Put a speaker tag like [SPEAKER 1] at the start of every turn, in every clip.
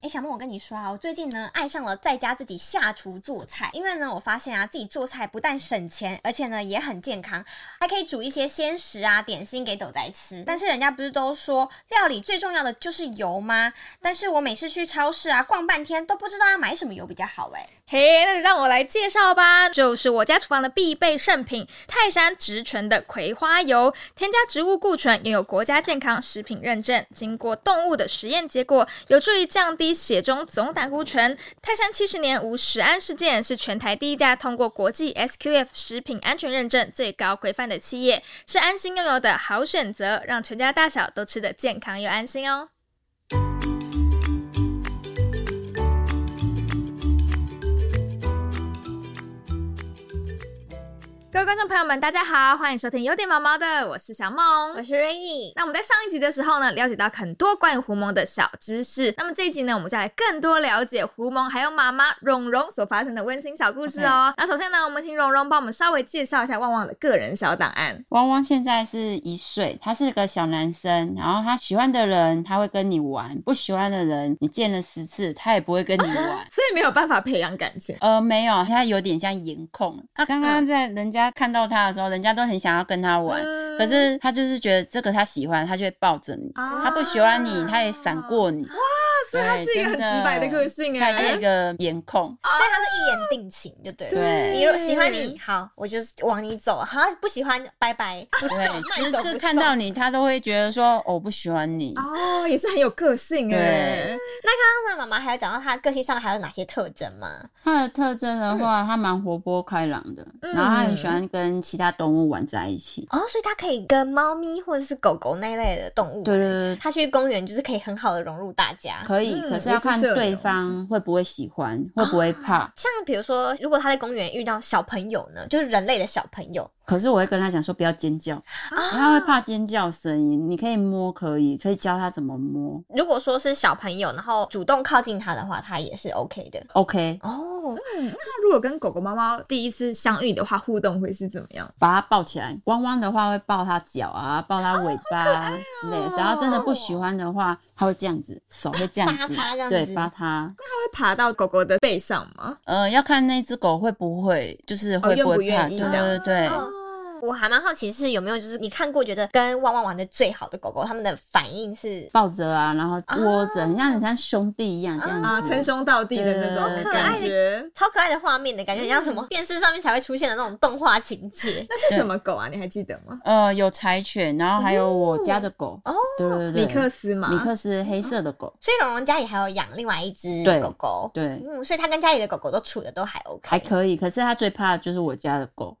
[SPEAKER 1] 哎，小梦，我跟你说啊，我最近呢爱上了在家自己下厨做菜，因为呢我发现啊自己做菜不但省钱，而且呢也很健康，还可以煮一些鲜食啊点心给斗仔吃。但是人家不是都说料理最重要的就是油吗？但是我每次去超市啊逛半天都不知道要买什么油比较好哎。
[SPEAKER 2] 嘿，那就让我来介绍吧，就是我家厨房的必备圣品——泰山植醇的葵花油，添加植物固醇，拥有国家健康食品认证，经过动物的实验结果，有助于降低血中总胆固醇。泰山七十年无食安事件是全台第一家通过国际 SQF 食品安全认证最高规范的企业，是安心用油的好选择，让全家大小都吃得健康又安心哦。各位观众朋友们，大家好，欢迎收听有点毛毛的，我是小梦，
[SPEAKER 1] 我是 Rainy，
[SPEAKER 2] 那我们在上一集的时候呢，了解到很多关于狐獴的小知识。那么这一集呢，我们就来更多了解狐獴还有妈妈蓉蓉所发生的温馨小故 事哦。那首先呢，我们请蓉蓉帮我们稍微介绍一下旺旺的个人小档案。
[SPEAKER 3] 汪汪现在是一岁，他是个小男生，然后他喜欢的人他会跟你玩，不喜欢的人你见了十次他也不会跟你玩。
[SPEAKER 2] 所以没有办法培养感情，
[SPEAKER 3] 呃，没有，他有点像颜控。
[SPEAKER 1] 啊
[SPEAKER 3] 他刚
[SPEAKER 1] 嗯
[SPEAKER 3] 刚在人家看到他的时候，人家都很想要跟他玩，
[SPEAKER 2] 嗯
[SPEAKER 3] 可是他就是觉得这个他喜欢，他就会抱着
[SPEAKER 1] 啊
[SPEAKER 3] 你；他不喜欢你，他也闪过你。
[SPEAKER 2] 哦所以他是一个很
[SPEAKER 3] 对真的
[SPEAKER 2] 直白的个性
[SPEAKER 3] 他
[SPEAKER 2] 哎、
[SPEAKER 3] 也是一个颜控。
[SPEAKER 1] 所以他是一言定情就对了。
[SPEAKER 3] 对
[SPEAKER 1] 你如果喜欢你好，我就往你走；好，不喜欢拜拜。啊不送
[SPEAKER 3] 对，
[SPEAKER 1] 那你
[SPEAKER 3] 十
[SPEAKER 1] 走
[SPEAKER 3] 次
[SPEAKER 1] 不
[SPEAKER 3] 看
[SPEAKER 1] 送啊
[SPEAKER 3] 到你，他都会觉得说，哦我不喜欢你。
[SPEAKER 2] 哦，也是很有个性哎、
[SPEAKER 3] 对
[SPEAKER 1] 那妈妈还有讲到她个性上面还有哪些特征吗？
[SPEAKER 3] 它的特征的
[SPEAKER 1] 嗯
[SPEAKER 3] 话，它蛮活泼开朗的，然后它很喜欢跟其他动物玩在一起。
[SPEAKER 1] 哦，所以她可以跟猫咪或者是狗狗那一类的动物，
[SPEAKER 3] 对对对，
[SPEAKER 1] 她去公园就是可以很好的融入大家。
[SPEAKER 3] 可以，
[SPEAKER 2] 嗯
[SPEAKER 3] 可是要看对方会不会喜欢，
[SPEAKER 1] 啊
[SPEAKER 3] 会不会怕。
[SPEAKER 1] 像比如说，如果她在公园遇到小朋友呢，就是人类的小朋友，
[SPEAKER 3] 可是我会跟他讲说不要尖叫，
[SPEAKER 1] 啊
[SPEAKER 3] 他会怕尖叫声音。你可以摸，可以，可以教他怎么摸。
[SPEAKER 1] 如果说是小朋友，然后主动靠近她的话，她也是 OK 的。
[SPEAKER 3] OK，
[SPEAKER 1] 哦，
[SPEAKER 3] 嗯
[SPEAKER 2] 那如果跟狗狗、猫猫第一次相遇的话，互动会是怎么样？
[SPEAKER 3] 把他抱起来。汪汪的话会抱他脚啊，抱他尾巴、
[SPEAKER 1] 哦
[SPEAKER 3] 之类的。只要真的不喜欢的话，他会这样子，手会这样
[SPEAKER 1] 扒
[SPEAKER 3] 子，
[SPEAKER 1] 他这样
[SPEAKER 3] 对
[SPEAKER 1] 子，
[SPEAKER 3] 扒他。
[SPEAKER 2] 它会爬到狗狗的背上吗？
[SPEAKER 3] 呃，要看那只狗会不会，就是会
[SPEAKER 2] 哦愿不
[SPEAKER 3] 会怕。
[SPEAKER 2] 愿意
[SPEAKER 3] 对
[SPEAKER 2] 这样
[SPEAKER 3] 对
[SPEAKER 2] 子嗯
[SPEAKER 3] 对。
[SPEAKER 1] 哦我还蛮好奇是有没有就是你看过觉得跟汪汪玩的最好的狗狗，它们的反应 是
[SPEAKER 3] 抱着啊，然后窝着，很像很像兄弟一样这样子。
[SPEAKER 2] 啊，称兄道弟的那
[SPEAKER 3] 嗯对
[SPEAKER 2] 种
[SPEAKER 1] 好可爱
[SPEAKER 2] 感
[SPEAKER 1] 的
[SPEAKER 2] 觉。
[SPEAKER 1] 超可爱的画面的感觉，很像什
[SPEAKER 3] 嗯
[SPEAKER 1] 么电视上面才会出现的那种动画情节。
[SPEAKER 2] 那是什么狗啊？你还记得吗？
[SPEAKER 3] 呃，有柴犬，然后还有我家的狗。
[SPEAKER 1] 哦
[SPEAKER 3] 对对对，
[SPEAKER 2] 米克斯啊嘛，
[SPEAKER 3] 米克斯黑色的狗，
[SPEAKER 1] 所以蓉蓉家里还有养另外一只
[SPEAKER 3] 对
[SPEAKER 1] 狗狗，
[SPEAKER 3] 对，
[SPEAKER 1] 嗯，所以她跟家里的狗狗都处的都还 OK，啊
[SPEAKER 3] 还可以。嗯可是它最怕的就是我家的狗，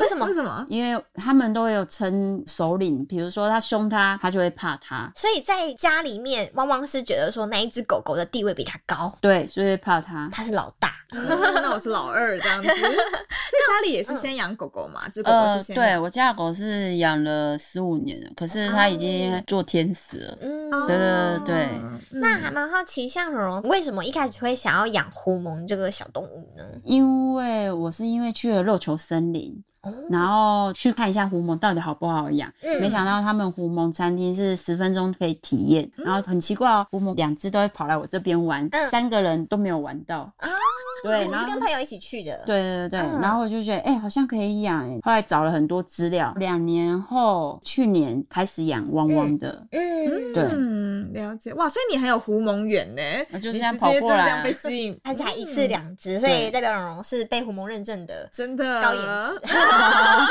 [SPEAKER 1] 为什么
[SPEAKER 2] 为？什么？
[SPEAKER 3] 因为他们都会有称首领，比如说他凶它，它就会怕它，
[SPEAKER 1] 所以在家里面，汪汪是觉得说那一只狗狗的地位比它高，
[SPEAKER 3] 对，所以会怕它。
[SPEAKER 1] 它是老大。
[SPEAKER 2] 嗯那我是老二这样 子，所以家里也是先养狗狗嘛，就是狗狗
[SPEAKER 3] 呃
[SPEAKER 2] 是，先
[SPEAKER 3] 对
[SPEAKER 2] 养。
[SPEAKER 3] 我家的狗是养了十五年了，可是它已经做天使了。
[SPEAKER 1] 嗯，
[SPEAKER 2] 哦
[SPEAKER 3] 对对对
[SPEAKER 2] 嗯
[SPEAKER 1] 那还蛮好奇，像蓉蓉为什么一开始会想要养狐獴这个小动物呢？
[SPEAKER 3] 因为我是因为去了肉球森林，
[SPEAKER 1] 哦
[SPEAKER 3] 然后去看一下狐獴到底好不好养。
[SPEAKER 1] 嗯
[SPEAKER 3] 没想到他们狐獴餐厅是十分钟可以体验，然后很奇怪哦，狐獴两只都会跑来我这边玩，
[SPEAKER 1] 嗯
[SPEAKER 3] 三个人都没有玩到。
[SPEAKER 1] 啊
[SPEAKER 3] 对，
[SPEAKER 1] 你
[SPEAKER 3] 然
[SPEAKER 1] 是
[SPEAKER 3] 后
[SPEAKER 1] 跟朋友一起去的，
[SPEAKER 3] 对对对，
[SPEAKER 1] 嗯
[SPEAKER 3] 然后我就觉得，哎、好像可以养、哎，后来找了很多资料，两年后，去年开始养汪汪的，
[SPEAKER 1] 嗯，
[SPEAKER 3] 对
[SPEAKER 2] 嗯，了解哇，所以你很有狐獴缘呢，
[SPEAKER 3] 我就
[SPEAKER 2] 你
[SPEAKER 3] 这样
[SPEAKER 2] 直
[SPEAKER 3] 跑
[SPEAKER 2] 接就
[SPEAKER 3] 过
[SPEAKER 2] 这
[SPEAKER 3] 来
[SPEAKER 2] 样
[SPEAKER 3] 啊
[SPEAKER 2] 被吸 引，嗯
[SPEAKER 1] 而且还一
[SPEAKER 3] 嗯
[SPEAKER 1] 次两只，所以代表蓉蓉是被狐獴认证的。
[SPEAKER 2] 真的
[SPEAKER 1] 高颜 值。
[SPEAKER 3] 呃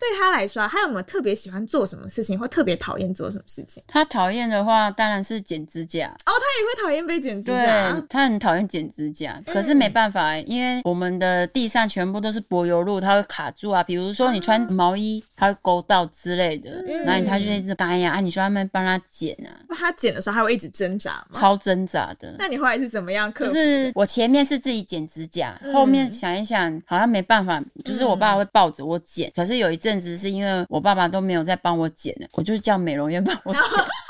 [SPEAKER 2] 对他来说啊，他有没有特别喜欢做什么事情，或特别讨厌做什么事情？
[SPEAKER 3] 它讨厌的话，当然是剪指甲。
[SPEAKER 2] 哦，他也会讨厌被剪指
[SPEAKER 3] 对
[SPEAKER 2] 甲。，
[SPEAKER 3] 它很讨厌剪指甲，
[SPEAKER 1] 嗯
[SPEAKER 3] 可是没办法、因为我们的地上全部都是柏油路，它会卡住啊。比如说你穿毛衣，它会勾到之类的，
[SPEAKER 1] 嗯
[SPEAKER 3] 然后它就一直掰呀、
[SPEAKER 2] 嗯
[SPEAKER 3] 啊，你说他们帮它剪啊，
[SPEAKER 2] 那他剪的时候，他会一直挣扎吗？
[SPEAKER 3] 超挣扎的。
[SPEAKER 2] 那你后来是怎么样克
[SPEAKER 3] 就
[SPEAKER 2] 服？
[SPEAKER 3] 是我前面是自己剪指甲，
[SPEAKER 2] 嗯
[SPEAKER 3] 后面想一想好像没办法，就是我爸会会抱着我剪。
[SPEAKER 2] 嗯
[SPEAKER 3] 可是有一阵子是因为我爸爸都没有在帮我剪了，我就叫美容院帮 我剪。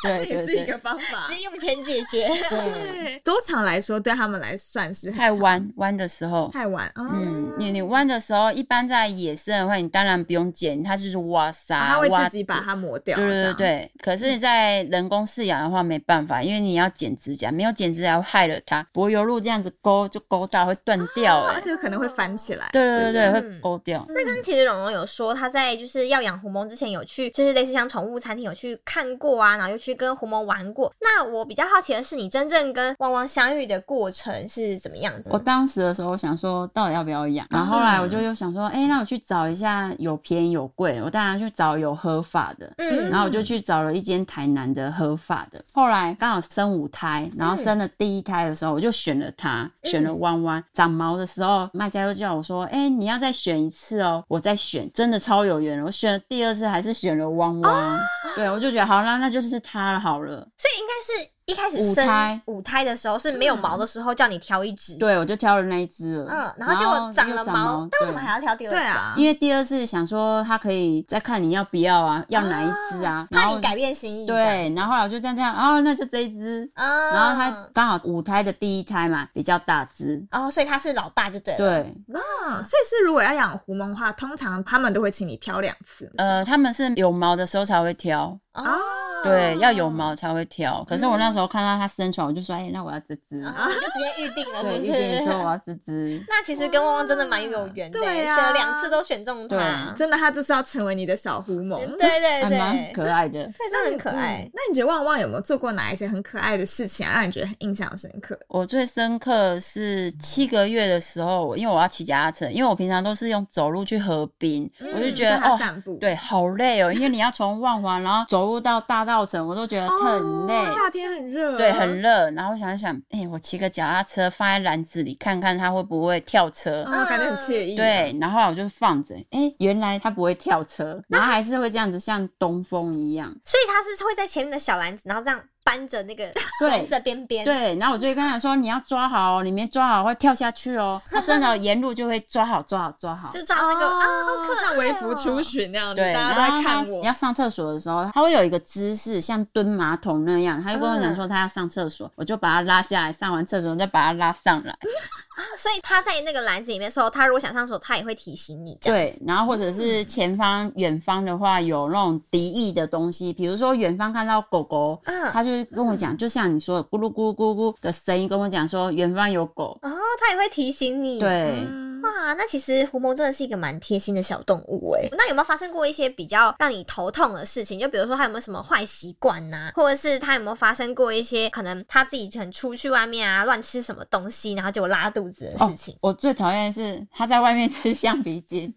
[SPEAKER 2] 这
[SPEAKER 3] 对
[SPEAKER 2] 也
[SPEAKER 3] 对
[SPEAKER 2] 哦是一
[SPEAKER 3] 对
[SPEAKER 2] 个方法。
[SPEAKER 1] 只用钱解决。
[SPEAKER 3] 对，
[SPEAKER 2] 多长来说，对他们来算是很
[SPEAKER 3] 太
[SPEAKER 2] 长
[SPEAKER 3] 弯弯的时候。
[SPEAKER 2] 太晚啊。
[SPEAKER 3] 嗯，你你弯的时候，一般在野生的话，你当然不用剪，它就是哇塞，
[SPEAKER 2] 啊他会
[SPEAKER 3] 哇
[SPEAKER 2] 自己把它磨掉，
[SPEAKER 3] 对
[SPEAKER 2] 这
[SPEAKER 3] 对对
[SPEAKER 2] 样，嗯
[SPEAKER 3] 对，可是你在人工饲养的话没办法，因为你要剪指甲，没有剪指甲会害了它，柏油路这样子勾就勾到会
[SPEAKER 2] 啊
[SPEAKER 3] 断掉、欸，
[SPEAKER 2] 而且可能会翻起来。
[SPEAKER 3] 对对对对，
[SPEAKER 1] 嗯
[SPEAKER 3] 会勾掉。
[SPEAKER 1] 那刚刚其实蓉蓉有说，她在就是要养狐獴之前有去，就是类似像宠物餐厅有去看过啊，然后又去跟狐獴玩过。那我比较好奇的是，你真正跟汪汪相遇的过程是怎么样的呢？
[SPEAKER 3] 我当时的时候，我想说到底要不要养，然后后来我
[SPEAKER 2] 嗯
[SPEAKER 3] 就又想说，哎、那我去找一下有便宜有贵，我当然去找有合法的。
[SPEAKER 1] 嗯
[SPEAKER 3] 然后我就去找了一间台南的合法的，后来刚好生五胎，然后
[SPEAKER 1] 嗯
[SPEAKER 3] 生了第一胎的时候，我就选了它，选了弯弯。长毛的时候，卖家就叫我说：“哎、你要再选一次哦。”我再选，真的超有缘了。我选了第二次还是选了弯弯，
[SPEAKER 1] 哦
[SPEAKER 3] 对我就觉得好啦，那就是它了好了。
[SPEAKER 1] 所以应该是一开始
[SPEAKER 3] 五
[SPEAKER 1] 生
[SPEAKER 3] 胎
[SPEAKER 1] 五胎的时候是没有毛的时候叫你挑一只，
[SPEAKER 3] 嗯对，我就挑了那一只了。
[SPEAKER 1] 嗯，然后结果长
[SPEAKER 3] 又
[SPEAKER 1] 了
[SPEAKER 3] 长
[SPEAKER 1] 毛，但为什么
[SPEAKER 3] 对
[SPEAKER 1] 还要挑第二
[SPEAKER 2] 对
[SPEAKER 1] 次？
[SPEAKER 2] 啊，
[SPEAKER 3] 因为第二次想说他可以再看你要不要啊，要哪一只啊，然
[SPEAKER 1] 哦怕
[SPEAKER 3] 后
[SPEAKER 1] 你改变心意这样
[SPEAKER 3] 对
[SPEAKER 1] 子，，
[SPEAKER 3] 然后后来我就这样这样，哦，那就这一只，
[SPEAKER 1] 嗯，
[SPEAKER 3] 然后它刚好五胎的第一胎嘛，比较大只，
[SPEAKER 1] 哦，所以他是老大就对了，
[SPEAKER 3] 对，
[SPEAKER 2] 啊，所以是如果要养狐獴的话，通常他们都会请你挑两次。
[SPEAKER 3] 呃，他们是有毛的时候才会挑，
[SPEAKER 1] 哦。
[SPEAKER 2] 哦，
[SPEAKER 3] 呃对，要有毛才会挑。可是我那时候看到它生出来，我就说，哎，那我要这只，
[SPEAKER 1] 啊，你就直接预定了，
[SPEAKER 3] 对，
[SPEAKER 1] 是
[SPEAKER 3] 一
[SPEAKER 1] 不
[SPEAKER 3] 点
[SPEAKER 1] 是？
[SPEAKER 3] 说我要这 只，
[SPEAKER 1] 那其实跟汪汪真的蛮有缘的，欸
[SPEAKER 2] 对啊
[SPEAKER 1] 选了两次都选中它，
[SPEAKER 2] 真的，它就是要成为你的小狐獴。
[SPEAKER 1] 对对
[SPEAKER 3] 还蛮
[SPEAKER 1] 对，
[SPEAKER 3] 可爱的。
[SPEAKER 1] 对，真的很可爱
[SPEAKER 2] 嗯。那你觉得旺旺有没有做过哪一些很可爱的事情啊，让你觉得很印象深刻？
[SPEAKER 3] 我最深刻是七个月的时候，因为我要骑脚踏车，因为我平常都是用走路去河滨，我就觉得
[SPEAKER 2] 嗯跟它
[SPEAKER 3] 哦，
[SPEAKER 2] 散步，
[SPEAKER 3] 对，好累哦，因为你要从万华，然后走路到大道城，我都觉得
[SPEAKER 2] 哦，
[SPEAKER 3] 很累。
[SPEAKER 2] 夏天很热，
[SPEAKER 3] 对，很热。然后想一想，哎、我骑个脚踏车放在篮子里，看看它会不会跳车。
[SPEAKER 2] 嗯，感觉很惬意。，
[SPEAKER 3] 对，然后后来我就放着，哎、原来它不会跳车，然后还是会这样子，像东风一样。
[SPEAKER 1] 所以它是会在前面的小篮子，然后这样搬着那个 篮
[SPEAKER 3] 对
[SPEAKER 1] 子的边边。
[SPEAKER 3] 对，然后我就会跟它说，你要抓好哦，你没抓好会跳下去哦。它真 的沿路就会抓好，抓好，抓好。
[SPEAKER 1] 就抓那个啊，好可爱哦。
[SPEAKER 2] 像微服出巡那样子，
[SPEAKER 3] 对，
[SPEAKER 2] 大家
[SPEAKER 3] 然
[SPEAKER 2] 都
[SPEAKER 3] 后
[SPEAKER 2] 在
[SPEAKER 3] 他
[SPEAKER 2] 看我。
[SPEAKER 3] 要上厕所的时候，他会有一个姿势，像蹲马桶那样。他就跟我
[SPEAKER 2] 嗯
[SPEAKER 3] 讲说他要上厕所，我就把他拉下来，上完厕所再把他拉上来。
[SPEAKER 1] 所以它在那个篮子里面的时候，它如果想上手，它也会提醒你这样。
[SPEAKER 3] 对，然后或者是前方、远方的话，有那种敌意的东西，比如说远方看到狗狗，
[SPEAKER 1] 嗯
[SPEAKER 3] 他就会跟我讲，就像你说的咕噜咕噜咕噜的声音，跟我讲说远方有狗。
[SPEAKER 1] 哦，它也会提醒你。。
[SPEAKER 3] 对，
[SPEAKER 2] 嗯
[SPEAKER 1] 哇，那其实狐獴真的是一个蛮贴心的小动物哎。那有没有发生过一些比较让你头痛的事情？就比如说它有没有什么坏习惯呐，或者是它有没有发生过一些可能它自己很出去外面啊，乱吃什么东西，然后就拉肚子的事情？
[SPEAKER 3] 我最讨厌的是他在外面吃橡皮筋，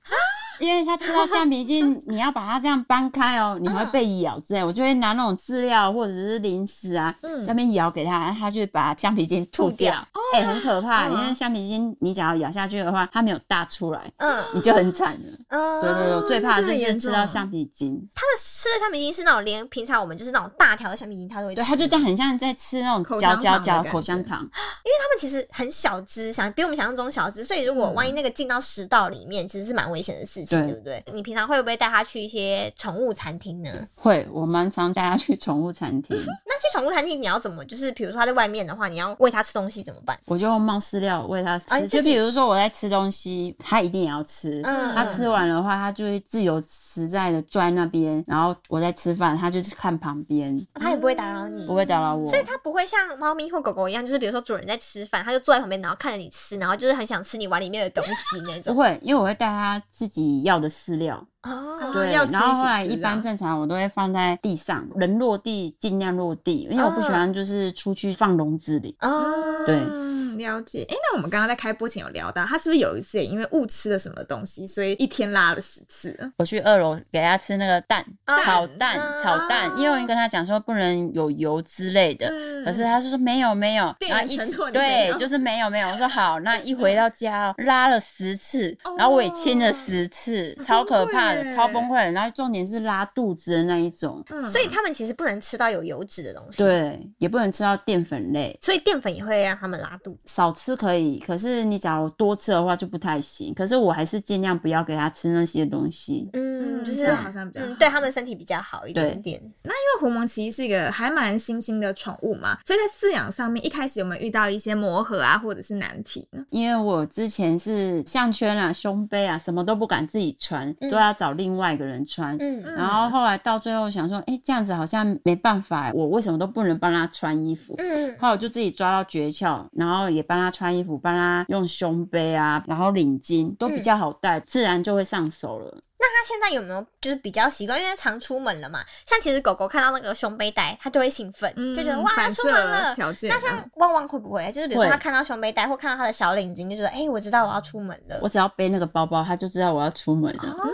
[SPEAKER 3] 因为他吃到橡皮筋，你要把它这样搬开哦，你会被咬之类。我就会拿那种饲料或者是零食啊，
[SPEAKER 1] 嗯
[SPEAKER 3] 在那边咬给他，他就把橡皮筋吐掉。哎、很可怕，因为橡皮筋你只要咬下去的话，它没有大出来，
[SPEAKER 1] 嗯
[SPEAKER 3] 你就很惨了。
[SPEAKER 1] 嗯，
[SPEAKER 3] 对对对，我最怕
[SPEAKER 2] 这
[SPEAKER 3] 的
[SPEAKER 2] 么
[SPEAKER 3] 就是
[SPEAKER 2] 严
[SPEAKER 3] 吃到
[SPEAKER 2] 重
[SPEAKER 3] 橡皮筋，
[SPEAKER 1] 它的吃的橡皮筋是那种连平常我们就是那种大条的橡皮筋，它都会吃。
[SPEAKER 3] 对，它就这样很像在吃那
[SPEAKER 2] 口
[SPEAKER 3] 种嚼
[SPEAKER 2] 香
[SPEAKER 3] 嚼
[SPEAKER 2] 糖的
[SPEAKER 3] 嚼
[SPEAKER 2] 感
[SPEAKER 3] 口香
[SPEAKER 2] 觉
[SPEAKER 3] 糖。
[SPEAKER 1] 它们其实很小只，想比我们想象中小只，所以如果万一那个进到食道里面，其实是蛮危险的事情，
[SPEAKER 3] 嗯对
[SPEAKER 1] 对不对？你平常会不会带它去一些宠物餐厅呢？
[SPEAKER 3] 会，我蛮常带它去宠物餐厅，
[SPEAKER 1] 那去宠物餐厅你要怎么？就是比如说它在外面的话，你要喂它吃东西怎么办？
[SPEAKER 3] 我就用猫饲料喂它吃。
[SPEAKER 1] 啊你自
[SPEAKER 3] 就
[SPEAKER 1] 己
[SPEAKER 3] 比如说我在吃东西，它一定也要吃。
[SPEAKER 1] 嗯
[SPEAKER 3] 它吃完的话，它就会自由自在的坐在那边，然后我在吃饭，它就是看旁边，
[SPEAKER 1] 它也不会打扰你，
[SPEAKER 3] 不会打扰我。
[SPEAKER 1] 所以它不会像猫咪或狗狗一样，就是比如说主人在吃饭，它就坐在旁边，然后看着你吃，然后就是很想吃你碗里面的东西那
[SPEAKER 3] 不
[SPEAKER 1] 种。
[SPEAKER 3] 会，因为我会带它自己要的饲料。
[SPEAKER 1] 哦，
[SPEAKER 2] 对
[SPEAKER 3] 对，
[SPEAKER 2] 要吃
[SPEAKER 3] 然后
[SPEAKER 2] 一起
[SPEAKER 3] 后来
[SPEAKER 2] 吃
[SPEAKER 3] 一
[SPEAKER 2] 这
[SPEAKER 3] 般
[SPEAKER 2] 样
[SPEAKER 3] 正常我都会放在地上，人落地尽量落地，因为我不喜欢就是出去放笼子里。
[SPEAKER 1] 哦，
[SPEAKER 3] 对
[SPEAKER 2] 嗯，了解。哎、那我们刚刚在开播前有聊到，他是不是有一次也因为误吃了什么东西，所以一天拉了十次？
[SPEAKER 3] 我去二楼给它吃那个蛋，
[SPEAKER 1] 啊
[SPEAKER 3] 炒蛋，炒蛋，因为我跟他讲说不能有油之类的，
[SPEAKER 2] 嗯
[SPEAKER 3] 可是他是说没有没有，
[SPEAKER 2] 店
[SPEAKER 3] 然后
[SPEAKER 2] 员
[SPEAKER 3] 一
[SPEAKER 2] 承
[SPEAKER 3] 起
[SPEAKER 2] 诺你没
[SPEAKER 3] 对
[SPEAKER 2] 有，嗯
[SPEAKER 3] 就是没有没有。我说好，那一回到家哦拉了十次，然后我也亲了十次，超可怕
[SPEAKER 2] 哦崩
[SPEAKER 3] 的，
[SPEAKER 2] 溃
[SPEAKER 3] 超崩溃的。然后重点是拉肚子的那一种，
[SPEAKER 2] 嗯，
[SPEAKER 1] 所以它们其实不能吃到有油脂的东西，
[SPEAKER 3] 对，也不能吃到淀粉类。
[SPEAKER 1] 所以淀粉也会让它们拉肚子。
[SPEAKER 3] 少吃可以，可是你假如多吃的话就不太行。可是我还是尽量不要给它吃那些东西。
[SPEAKER 1] 嗯，
[SPEAKER 2] 嗯，
[SPEAKER 1] 就
[SPEAKER 2] 就是是好像比较好
[SPEAKER 1] 嗯，对他们身体比较好一点点。
[SPEAKER 2] 因为红蒙其实是一个还蛮新兴的宠物嘛，所以在饲养上面一开始有没有遇到一些磨合啊，或者是难题呢？
[SPEAKER 3] 因为我之前是项圈啊、胸杯啊，什么都不敢自己穿，
[SPEAKER 1] 嗯
[SPEAKER 3] 都要找另外一个人穿。
[SPEAKER 1] 嗯
[SPEAKER 3] 然后后来到最后想说，哎、这样子好像没办法，我为什么都不能帮他穿衣服？
[SPEAKER 1] 嗯
[SPEAKER 3] 后来我就自己抓到诀窍，然后也帮他穿衣服，帮他用胸杯啊，然后领巾
[SPEAKER 1] 嗯
[SPEAKER 3] 都比较好带，自然就会上手了。
[SPEAKER 1] 那他现在有没有就是比较习惯？因为他常出门了嘛，像其实狗狗看到那个胸背带，它就会兴奋，
[SPEAKER 2] 嗯，
[SPEAKER 1] 就觉得哇
[SPEAKER 2] 反
[SPEAKER 1] 出
[SPEAKER 2] 射
[SPEAKER 1] 门了。
[SPEAKER 2] 条件啊，
[SPEAKER 1] 那像旺旺会不会？就是比如说
[SPEAKER 3] 会
[SPEAKER 1] 他看到胸背带或看到他的小领巾，就觉得哎、我知道我要出门了。
[SPEAKER 3] 我只要背那个包包，他就知道我要出门了。
[SPEAKER 1] 哦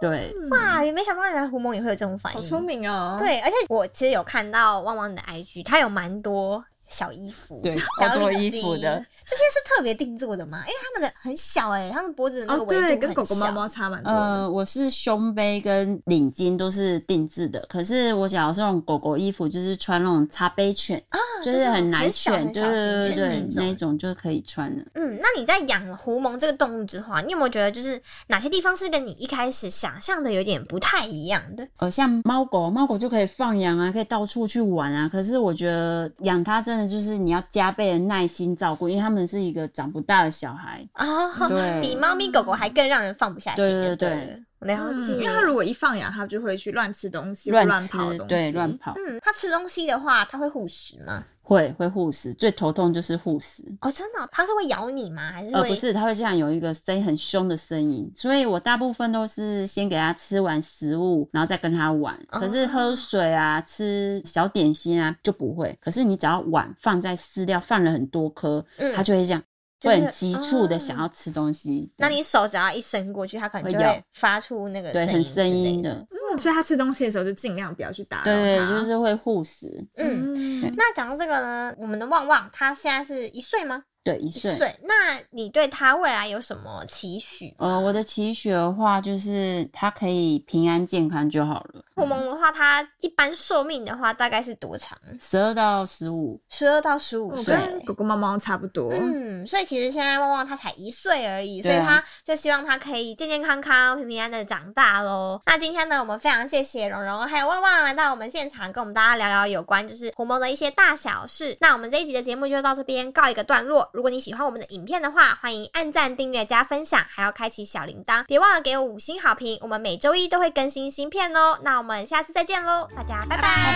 [SPEAKER 3] 对，
[SPEAKER 1] 哇，也没想到原来胡蒙也会有这种反
[SPEAKER 2] 好
[SPEAKER 1] 应。
[SPEAKER 2] 聪明
[SPEAKER 3] 啊
[SPEAKER 2] 哦，，
[SPEAKER 1] 对，而且我其实有看到旺旺的 IG，他有蛮多小衣服，
[SPEAKER 3] 对
[SPEAKER 1] 小
[SPEAKER 3] 超多
[SPEAKER 1] 领
[SPEAKER 3] 衣
[SPEAKER 1] 巾
[SPEAKER 3] 服的，
[SPEAKER 1] 这些是特别定做的吗？因为他们的很小哎、他们脖子的那个
[SPEAKER 2] 哦
[SPEAKER 1] 围度、啊嗯
[SPEAKER 2] 对，跟狗狗、猫猫。差蛮多的。
[SPEAKER 3] 呃，我是胸杯跟领巾都是定制的，可是我假如是那种狗狗衣服，就是穿那种茶杯犬，就是很难选，
[SPEAKER 1] 就是
[SPEAKER 3] 对
[SPEAKER 1] 很小很小
[SPEAKER 3] 对
[SPEAKER 1] 型
[SPEAKER 3] 对
[SPEAKER 1] 犬
[SPEAKER 3] 对，
[SPEAKER 1] 那
[SPEAKER 3] 那一种就可以穿了。
[SPEAKER 1] 嗯，那你在养狐獴这个动物之后啊，你有没有觉得就是哪些地方是跟你一开始想象的有点不太一样的？
[SPEAKER 3] 呃，像猫狗，猫狗就可以放养啊，可以到处去玩啊。可是我觉得养它真的就是你要加倍的耐心照顾，因为它们是一个长不大的小孩。
[SPEAKER 1] 哦，
[SPEAKER 3] 对
[SPEAKER 1] 比猫咪狗狗还更让人放不下心。
[SPEAKER 3] 对
[SPEAKER 1] 对
[SPEAKER 3] 对对
[SPEAKER 1] 了，我了
[SPEAKER 2] 嗯
[SPEAKER 1] 解。
[SPEAKER 2] 因为它如果一放养，它就会去乱吃东西，
[SPEAKER 3] 乱
[SPEAKER 2] 乱
[SPEAKER 3] 吃
[SPEAKER 2] 跑东，西，
[SPEAKER 3] 对，乱跑，
[SPEAKER 1] 嗯，它吃东西的话，它会护食吗？
[SPEAKER 3] 会会护食，最头痛就是护食。
[SPEAKER 1] 哦，真的哦、它是会咬你吗？还是
[SPEAKER 3] 呃，
[SPEAKER 1] 会？
[SPEAKER 3] 不是，它会这样有一个声音很凶的声音，所以我大部分都是先给它吃完食物，然后再跟它玩。可是
[SPEAKER 1] 哦
[SPEAKER 3] 喝水啊、吃小点心啊就不会。可是你只要碗放在饲料放了很多颗，
[SPEAKER 1] 嗯
[SPEAKER 3] 它就会这样，
[SPEAKER 1] 就是
[SPEAKER 3] 会很急促的想
[SPEAKER 1] 哦
[SPEAKER 3] 要吃东西。
[SPEAKER 1] 那
[SPEAKER 3] 对
[SPEAKER 1] 你手只要一伸过去，它可能
[SPEAKER 3] 会
[SPEAKER 1] 就
[SPEAKER 3] 咬
[SPEAKER 1] 会发出那个
[SPEAKER 3] 对
[SPEAKER 1] 声
[SPEAKER 3] 很
[SPEAKER 1] 音
[SPEAKER 3] 声
[SPEAKER 1] 之类
[SPEAKER 3] 音
[SPEAKER 1] 的。哦
[SPEAKER 3] 的，
[SPEAKER 2] 嗯所以它吃东西的时候就尽量不要去打扰它。
[SPEAKER 3] 对对，就是会护食。
[SPEAKER 1] 嗯，
[SPEAKER 2] 嗯，
[SPEAKER 1] 那讲到这个呢，我们的旺旺它现在是一岁吗？
[SPEAKER 3] 对，一
[SPEAKER 1] 一
[SPEAKER 3] 岁。
[SPEAKER 1] 岁。那你对它未来有什么期许？
[SPEAKER 3] 呃，我的期许的话就是它可以平安健康就好了，
[SPEAKER 1] 虎蒙的话，它一般寿命的话大概是多长？
[SPEAKER 3] 十二到十五。
[SPEAKER 1] 十二到十五
[SPEAKER 2] 我
[SPEAKER 1] 岁。
[SPEAKER 2] 跟狗狗、猫猫差不多。
[SPEAKER 1] 嗯，所以其实现在旺旺它才一岁而已，所
[SPEAKER 3] 对
[SPEAKER 1] 以
[SPEAKER 3] 啊
[SPEAKER 1] 它就希望它可以健健康康、平平安安的长大喽。那今天呢，我们非常谢谢蓉蓉还有旺旺来到我们现场，跟我们大家聊聊有关就是红毛的一些大小事。那我们这一集的节目就到这边告一个段落。如果你喜欢我们的影片的话，欢迎按赞、订阅、加分享，还要开启小铃铛，别忘了给我五星好评。我们每周一都会更新新片哦。那我们下次再见喽，大家拜拜
[SPEAKER 2] 拜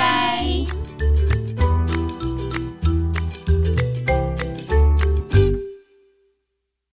[SPEAKER 2] 拜